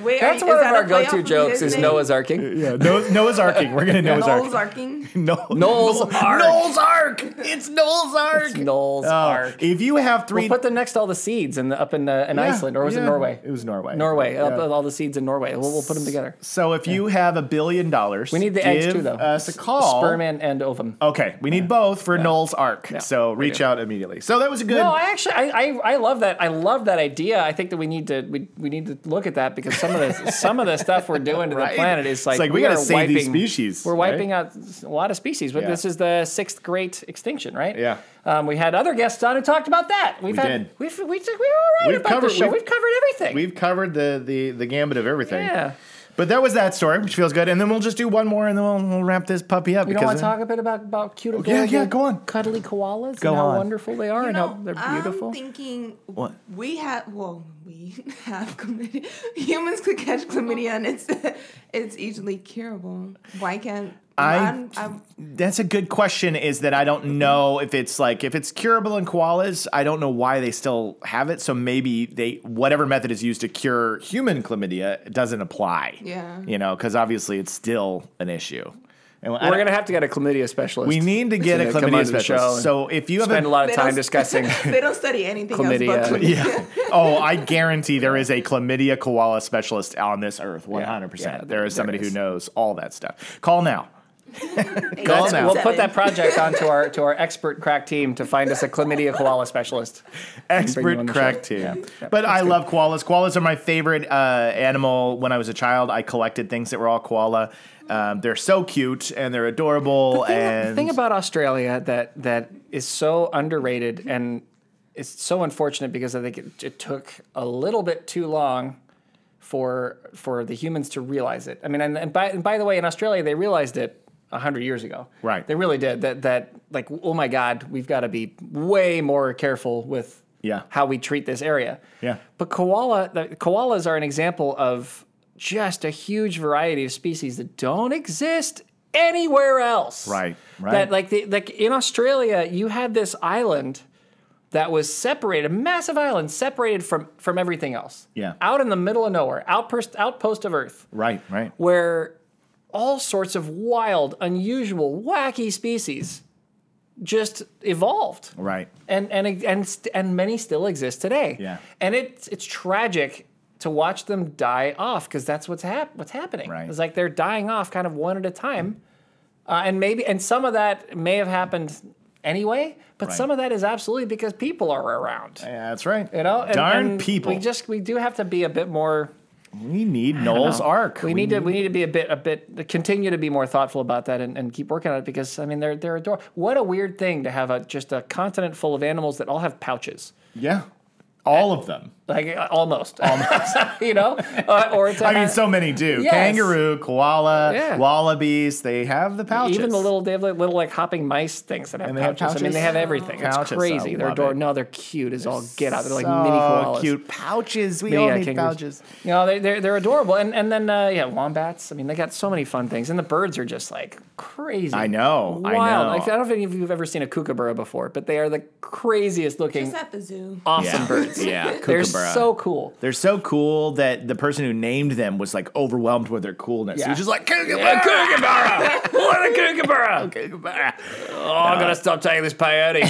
Speaker 4: Wait, are
Speaker 2: That's
Speaker 4: you-
Speaker 2: one
Speaker 4: is
Speaker 2: of
Speaker 4: that a
Speaker 2: our
Speaker 4: playoff
Speaker 2: go-to
Speaker 4: from
Speaker 2: jokes is
Speaker 4: Disney?
Speaker 2: Noah's arking.
Speaker 3: Yeah, no- Noah's Arking. We're going to Noah's
Speaker 4: Noel's
Speaker 3: Ark.
Speaker 4: arcing.
Speaker 3: [LAUGHS] No-
Speaker 2: Noel's Ark.
Speaker 3: Noah's Ark. It's Noah's Ark.
Speaker 2: It's Noel's
Speaker 3: Oh,
Speaker 2: Ark.
Speaker 3: If you have three
Speaker 2: We put them next to all the seeds in the, up in, uh, in
Speaker 3: Yeah,
Speaker 2: Iceland, or was it
Speaker 3: yeah.
Speaker 2: Norway?
Speaker 3: It was Norway.
Speaker 2: Norway. Up
Speaker 3: Yeah.
Speaker 2: with all the seeds in Norway. We'll, we'll put them together.
Speaker 3: So if you have a billion dollars,
Speaker 2: We need the eggs too, though.
Speaker 3: Us a call. Oh,
Speaker 2: Sperm and, and ovum.
Speaker 3: Okay, we need both for Noel's Ark. So
Speaker 2: we
Speaker 3: reach
Speaker 2: do.
Speaker 3: out immediately. So that was a good.
Speaker 2: No, I actually, I, I, I love that. I love that idea. I think that we need to, we, we need to look at that because some of the, [LAUGHS] some of the stuff we're doing to
Speaker 3: Right.
Speaker 2: the planet is
Speaker 3: It's
Speaker 2: like,
Speaker 3: like, we
Speaker 2: are
Speaker 3: gotta save these
Speaker 2: wiping-
Speaker 3: species,
Speaker 2: We're
Speaker 3: right?
Speaker 2: wiping out a lot of species. But
Speaker 3: Yeah.
Speaker 2: This is the sixth great extinction, right?
Speaker 3: Yeah.
Speaker 2: Um, we had other guests on who talked about that. We've
Speaker 3: We
Speaker 2: had,
Speaker 3: did.
Speaker 2: We've, we, took- we were all right
Speaker 3: We've
Speaker 2: about
Speaker 3: covered-
Speaker 2: the show.
Speaker 3: we've-
Speaker 2: We've, covered everything.
Speaker 3: We've covered the the the gambit of everything.
Speaker 2: yeah.
Speaker 3: But that was that story, which feels good. And then we'll just do one more, and then we'll, we'll wrap this puppy up. uh,
Speaker 2: You don't want to talk a bit about about cuticle?
Speaker 3: Oh, yeah, yeah, go on.
Speaker 2: Cuddly koalas
Speaker 3: Go
Speaker 2: and how
Speaker 3: on.
Speaker 2: wonderful they are
Speaker 4: You
Speaker 2: and
Speaker 4: know,
Speaker 2: how they're beautiful.
Speaker 4: I'm thinking
Speaker 3: What?
Speaker 4: we have. Well, we [LAUGHS] have chlamydia. Humans could catch chlamydia, and it's [LAUGHS] it's easily curable. Why can't
Speaker 3: I-
Speaker 4: I'm- I'm-
Speaker 3: That's a good question. Is that I don't know if it's like if it's curable in koalas. I don't know why they still have it. So maybe they whatever method is used to cure human chlamydia doesn't apply.
Speaker 4: Yeah.
Speaker 3: You know, because obviously it's still an issue. And I
Speaker 2: We're
Speaker 3: don't-
Speaker 2: gonna have to get a chlamydia specialist.
Speaker 3: we need to get a
Speaker 2: gonna come
Speaker 3: chlamydia
Speaker 2: onto the show
Speaker 3: specialist.
Speaker 2: and
Speaker 3: So if you have
Speaker 2: spend a lot of
Speaker 4: They
Speaker 2: time
Speaker 4: don't- [LAUGHS]
Speaker 2: discussing.
Speaker 4: they don't study anything else but
Speaker 2: Chlamydia.
Speaker 4: chlamydia.
Speaker 2: [LAUGHS]
Speaker 3: yeah. Oh, I guarantee there is a chlamydia koala specialist on this earth. 100%.
Speaker 2: yeah,
Speaker 3: there
Speaker 2: there-
Speaker 3: is somebody
Speaker 2: there is.
Speaker 3: who knows all that stuff. Call now. Call
Speaker 2: That's- [LAUGHS]
Speaker 3: now.
Speaker 2: we'll put that project onto our to our expert crack team to find us a chlamydia koala specialist. bring you
Speaker 3: Expert
Speaker 2: on the
Speaker 3: crack
Speaker 2: show.
Speaker 3: team.
Speaker 2: Yeah, yeah,
Speaker 3: but I love koalas. Koalas are my favorite uh, animal. When I was a child, I collected things that were all koala. Um, they're so cute and they're adorable.
Speaker 2: thing-
Speaker 3: and
Speaker 2: the thing about Australia that that is so underrated and it's so unfortunate because I think it, it took a little bit too long for for the humans to realize it. I mean, and, and by and by the way, in Australia they realized it hundred years ago.
Speaker 3: Right.
Speaker 2: They really did. That that like oh my god, we've got to be way more careful with
Speaker 3: Yeah.
Speaker 2: how we treat this area.
Speaker 3: Yeah.
Speaker 2: But koala, the, koalas are an example of just a huge variety of species that don't exist anywhere else.
Speaker 3: Right, right.
Speaker 2: That like the, like in Australia, you had this island that was separated, a massive island separated from from everything else.
Speaker 3: Yeah.
Speaker 2: Out in the middle of nowhere, outpost outpost of Earth,
Speaker 3: right, right.
Speaker 2: where all sorts of wild, unusual, wacky species just evolved
Speaker 3: Right.
Speaker 2: and and and st- and many still exist today.
Speaker 3: Yeah.
Speaker 2: and it's it's tragic to watch them die off because that's what's hap- what's happening.
Speaker 3: Right.
Speaker 2: It's like they're dying off kind of one at a time, uh, and maybe and some of that may have happened anyway, but
Speaker 3: Right.
Speaker 2: some of that is absolutely because people are around.
Speaker 3: Yeah, that's right.
Speaker 2: You know, and,
Speaker 3: Darn
Speaker 2: and
Speaker 3: people.
Speaker 2: We just we do have to be a bit more.
Speaker 3: we need Noel's Ark.
Speaker 2: We, need to we need to be a bit a bit continue to be more thoughtful about that and, and keep working on it because I mean they're they're adorable. What a weird thing to have a just a continent full of animals that all have pouches.
Speaker 3: Yeah. All of them.
Speaker 2: like uh, almost, [LAUGHS] almost, you know, uh, or to
Speaker 3: I mean,
Speaker 2: have-
Speaker 3: so many do.
Speaker 2: Yes.
Speaker 3: Kangaroo, koala,
Speaker 2: Yeah.
Speaker 3: wallabies, they have the pouches.
Speaker 2: even the little they have like, little like hopping mice things that have,
Speaker 3: And they have
Speaker 2: pouches. I mean, they have
Speaker 3: pouches?
Speaker 2: everything.
Speaker 3: Pouches, I
Speaker 2: It's crazy. They're
Speaker 3: love it.
Speaker 2: adorable. No, they're cute as all get out. They're like
Speaker 3: So
Speaker 2: mini koalas.
Speaker 3: cute pouches. We
Speaker 2: Mini,
Speaker 3: all
Speaker 2: uh,
Speaker 3: need
Speaker 2: kangaroos.
Speaker 3: pouches.
Speaker 2: You know, they, they're they're adorable. And and then uh, yeah, wombats. I mean, they got so many fun things. And the birds are just like crazy.
Speaker 3: I know,
Speaker 2: Wild.
Speaker 3: I know.
Speaker 2: Like, I don't know if any of you've ever seen a kookaburra before, but they are the craziest looking,
Speaker 4: It's at the zoo.
Speaker 2: awesome
Speaker 3: Yeah.
Speaker 2: birds. kids.
Speaker 3: [LAUGHS] Yeah,
Speaker 2: They're
Speaker 3: Kookaburra.
Speaker 2: so cool.
Speaker 3: They're so cool that the person who named them was like overwhelmed with their coolness.
Speaker 2: Yeah.
Speaker 3: He was just like,
Speaker 2: A
Speaker 3: Kookaburra!
Speaker 2: [LAUGHS] kookaburra! What a kookaburra!
Speaker 3: Kookaburra!
Speaker 2: Oh, I'm gonna stop taking this [LAUGHS] peyote.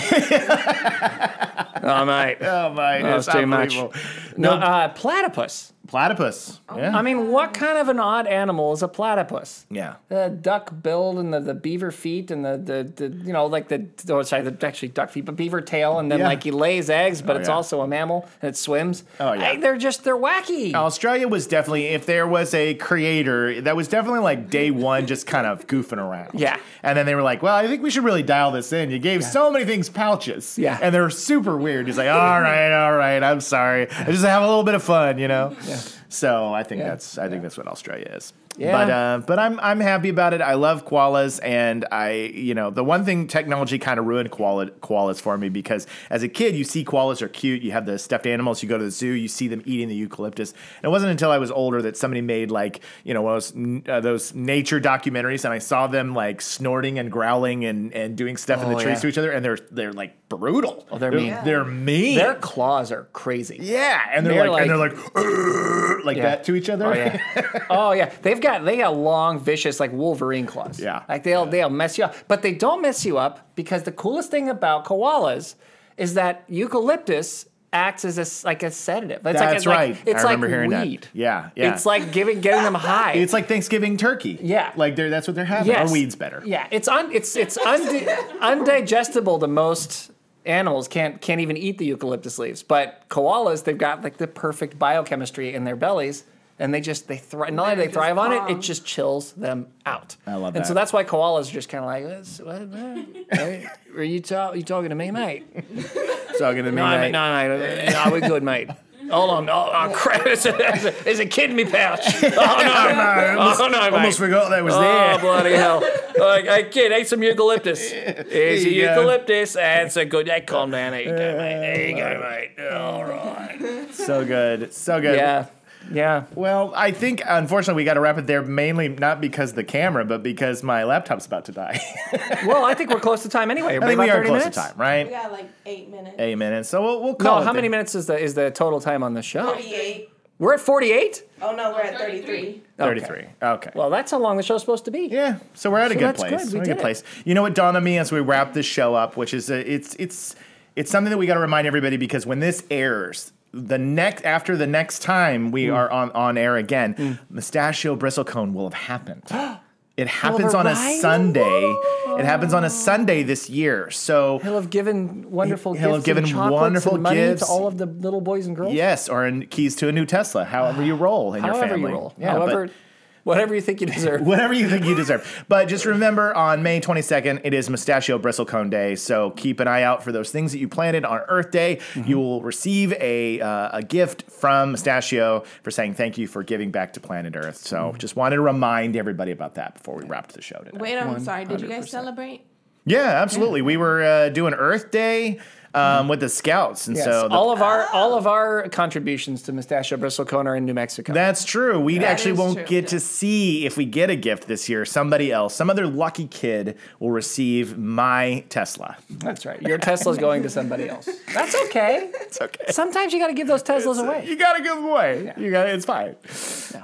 Speaker 2: oh mate,
Speaker 3: Oh my,
Speaker 2: That was
Speaker 3: that's
Speaker 2: too much.
Speaker 3: unbelievable.
Speaker 2: no, uh, platypus.
Speaker 3: Platypus. Yeah.
Speaker 2: I mean, what kind of an odd animal is a platypus?
Speaker 3: yeah.
Speaker 2: The duck billed and the, the beaver feet and the, the, the you know like the oh sorry the actually duck feet but beaver tail and then
Speaker 3: Yeah.
Speaker 2: like he lays eggs but
Speaker 3: Oh,
Speaker 2: it's
Speaker 3: yeah.
Speaker 2: also a mammal and it swims.
Speaker 3: Oh, yeah.
Speaker 2: I- they're just they're wacky.
Speaker 3: Australia was definitely, if there was a creator, that was definitely like day one, just kind of goofing around.
Speaker 2: Yeah.
Speaker 3: And then they were like, well, I think we should really dial this in. You gave so many things pouches.
Speaker 2: Yeah.
Speaker 3: And they're super weird. He's like, all right, all right, I'm sorry. I just have a little bit of fun, you know? Yeah. So I think
Speaker 2: Yeah.
Speaker 3: that's I think that's what Australia is.
Speaker 2: Yeah.
Speaker 3: But uh, but I'm I'm happy about it. I love koalas, and I you know the one thing technology kind of ruined koala, koalas for me because as a kid you see koalas are cute. You have the stuffed animals. You go to the zoo, you see them eating the eucalyptus. And it wasn't until I was older that somebody made like you know one of those, uh, those nature documentaries, and I saw them like snorting and growling and, and doing stuff in
Speaker 2: Oh,
Speaker 3: the trees
Speaker 2: yeah.
Speaker 3: to each other, and they're they're like brutal. Oh,
Speaker 2: they're mean.
Speaker 3: They're mean.
Speaker 2: Their claws are crazy.
Speaker 3: yeah, and they're,
Speaker 2: They're
Speaker 3: like, and they're like "Urgh," like
Speaker 2: Yeah.
Speaker 3: that to each other.
Speaker 2: Oh
Speaker 3: [LAUGHS]
Speaker 2: yeah. oh yeah. They've got they got long, vicious like Wolverine claws.
Speaker 3: Yeah.
Speaker 2: Like they'll they'll mess you up, but they don't mess you up because the coolest thing about koalas is that eucalyptus acts as a s- like a sedative. It's
Speaker 3: That's
Speaker 2: like,
Speaker 3: right.
Speaker 2: Like, it's
Speaker 3: I remember
Speaker 2: like
Speaker 3: hearing that.
Speaker 2: weed.
Speaker 3: Yeah, yeah.
Speaker 2: It's like giving getting
Speaker 3: [LAUGHS]
Speaker 2: them high.
Speaker 3: It's like Thanksgiving turkey.
Speaker 2: Yeah.
Speaker 3: like they're, that's what they're having.
Speaker 2: Yes.
Speaker 3: Our weed's better.
Speaker 2: Yeah, it's un it's it's undi- [LAUGHS] undigestible to most animals can't can't even eat the eucalyptus leaves. But koalas, they've got like the perfect biochemistry in their bellies. And they just they thrive. Not only do they
Speaker 4: They're
Speaker 2: thrive
Speaker 4: just
Speaker 2: on it, it
Speaker 4: calm.
Speaker 2: just chills them out.
Speaker 3: I love
Speaker 2: And so
Speaker 3: that.
Speaker 2: that's why koalas are just kind of like, "That's- what, what, what, are you ta- you talking to me, mate?
Speaker 3: Talking to me,
Speaker 2: No, I
Speaker 3: mate.
Speaker 2: mean, no, mate. No, we're good, mate. Hold on. Oh, oh crap! [LAUGHS] There's a, there's a- there's a kid in me pouch. Oh no! [LAUGHS] oh no! Mate.
Speaker 3: Almost forgot that was
Speaker 2: Oh,
Speaker 3: there.
Speaker 2: bloody
Speaker 3: [LAUGHS]
Speaker 2: hell. Like, hey, kid, eat some eucalyptus. Here's a
Speaker 3: you go.
Speaker 2: eucalyptus. That's a good. Hey, calm down. There you go, mate. There you go, mate. All right.
Speaker 3: So good, so good.
Speaker 2: Yeah. Yeah.
Speaker 3: Well, I think unfortunately we got to wrap it there, mainly not because of the camera, but because my laptop's about to die. [LAUGHS]
Speaker 2: Well, I think we're close to time anyway.
Speaker 3: I think we
Speaker 2: about
Speaker 3: are
Speaker 2: 30
Speaker 3: close
Speaker 2: minutes?
Speaker 3: to time, right?
Speaker 4: We got like eight minutes.
Speaker 3: Eight minutes. So we'll, we'll
Speaker 2: No,
Speaker 3: call. it
Speaker 2: how many
Speaker 3: then.
Speaker 2: minutes is the is the total time on the show?
Speaker 4: 38.
Speaker 2: We're at 48?
Speaker 4: Oh no, we're at 33.
Speaker 3: Thirty-three. Okay.
Speaker 2: Well, that's how long the show's supposed to be.
Speaker 3: Yeah, so we're at a
Speaker 2: So
Speaker 3: good
Speaker 2: that's
Speaker 3: place.
Speaker 2: good. We
Speaker 3: We're at a
Speaker 2: did
Speaker 3: good
Speaker 2: it.
Speaker 3: place. You know what dawned on me as we wrap this show up, which is uh it's it's it's something that we got to remind everybody because when this airs, the next after the next time
Speaker 2: Mm.
Speaker 3: we are on on air again, mustachio bristlecone will
Speaker 2: [GASPS]
Speaker 3: have happened. It happens on a
Speaker 2: arrive?
Speaker 3: Sunday. It happens
Speaker 2: Oh.
Speaker 3: on a Sunday this year. So
Speaker 2: He'll have given wonderful
Speaker 3: He'll have
Speaker 2: gifts
Speaker 3: given
Speaker 2: and chocolates
Speaker 3: wonderful
Speaker 2: and money
Speaker 3: gifts.
Speaker 2: to all of the little boys and girls.
Speaker 3: yes, or in keys to a new Tesla, however you roll in your
Speaker 2: However
Speaker 3: family.
Speaker 2: you roll.
Speaker 3: Yeah, but-
Speaker 2: However, whatever you
Speaker 3: [LAUGHS]
Speaker 2: think you deserve.
Speaker 3: whatever you think you deserve. But just remember on May 22nd, it is Mustachio Bristlecone Day. So keep an eye out for those things that you planted on Earth Day. You will receive a, uh, a gift from Mustachio for saying thank you for giving back to planet Earth. So just wanted to remind everybody about that before we wrapped the show today.
Speaker 4: Wait, I'm sorry. Did you guys celebrate?
Speaker 3: Yeah, absolutely. We were uh, doing Earth Day. Um, with the scouts, and
Speaker 2: Yes,
Speaker 3: so the,
Speaker 2: all of our all of our contributions to Mustachio bristlecone are in New Mexico.
Speaker 3: That's true. We actually
Speaker 4: is
Speaker 3: won't
Speaker 4: true.
Speaker 3: get to see if we get a gift this year. Somebody else, some other lucky kid, will receive my Tesla.
Speaker 2: That's right. Your Tesla's going to somebody else. That's okay.
Speaker 3: [LAUGHS] It's okay.
Speaker 2: Sometimes you got to give those Teslas away.
Speaker 3: [LAUGHS] You gotta give them away. You got it's fine.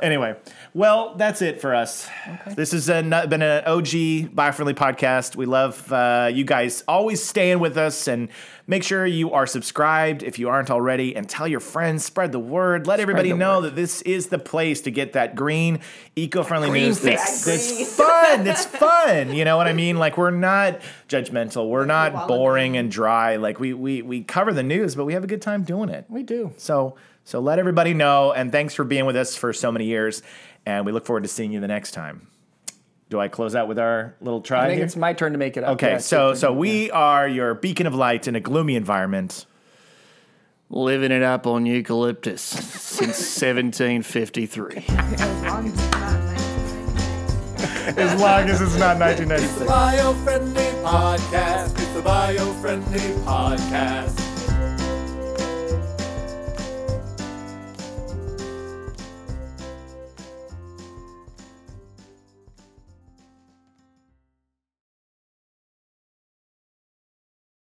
Speaker 3: Anyway, well, that's it for us. This has uh, not- been an OG Biofriendly podcast. We love uh, you guys always staying with us and make sure you are subscribed if you aren't already and tell your friends, spread the word. Let everybody
Speaker 2: the
Speaker 3: know that this is the place to get that green, eco friendly news.
Speaker 2: fix.
Speaker 3: That's, that's fun. [LAUGHS] It's fun. You know what I mean? Like, we're not judgmental, we're not
Speaker 4: Wallow.
Speaker 3: boring and dry. Like, we, we, we cover the news, but we have a good time doing it.
Speaker 2: We do.
Speaker 3: So so let everybody know and thanks for being with us for so many years and we look forward to seeing you the next time. Do I close out with our little try?
Speaker 2: I think
Speaker 3: here?
Speaker 2: it's my turn to make it up.
Speaker 3: okay,
Speaker 2: Yeah, it's
Speaker 3: so
Speaker 2: your turn.
Speaker 3: so we are your beacon of light in a gloomy environment.
Speaker 2: living it up on eucalyptus [LAUGHS] since 1753.
Speaker 4: As long as it's not
Speaker 3: As
Speaker 4: 1996.
Speaker 2: [LAUGHS]
Speaker 3: long as it's not 1996.
Speaker 1: Bio friendly podcast. It's a bio friendly podcast.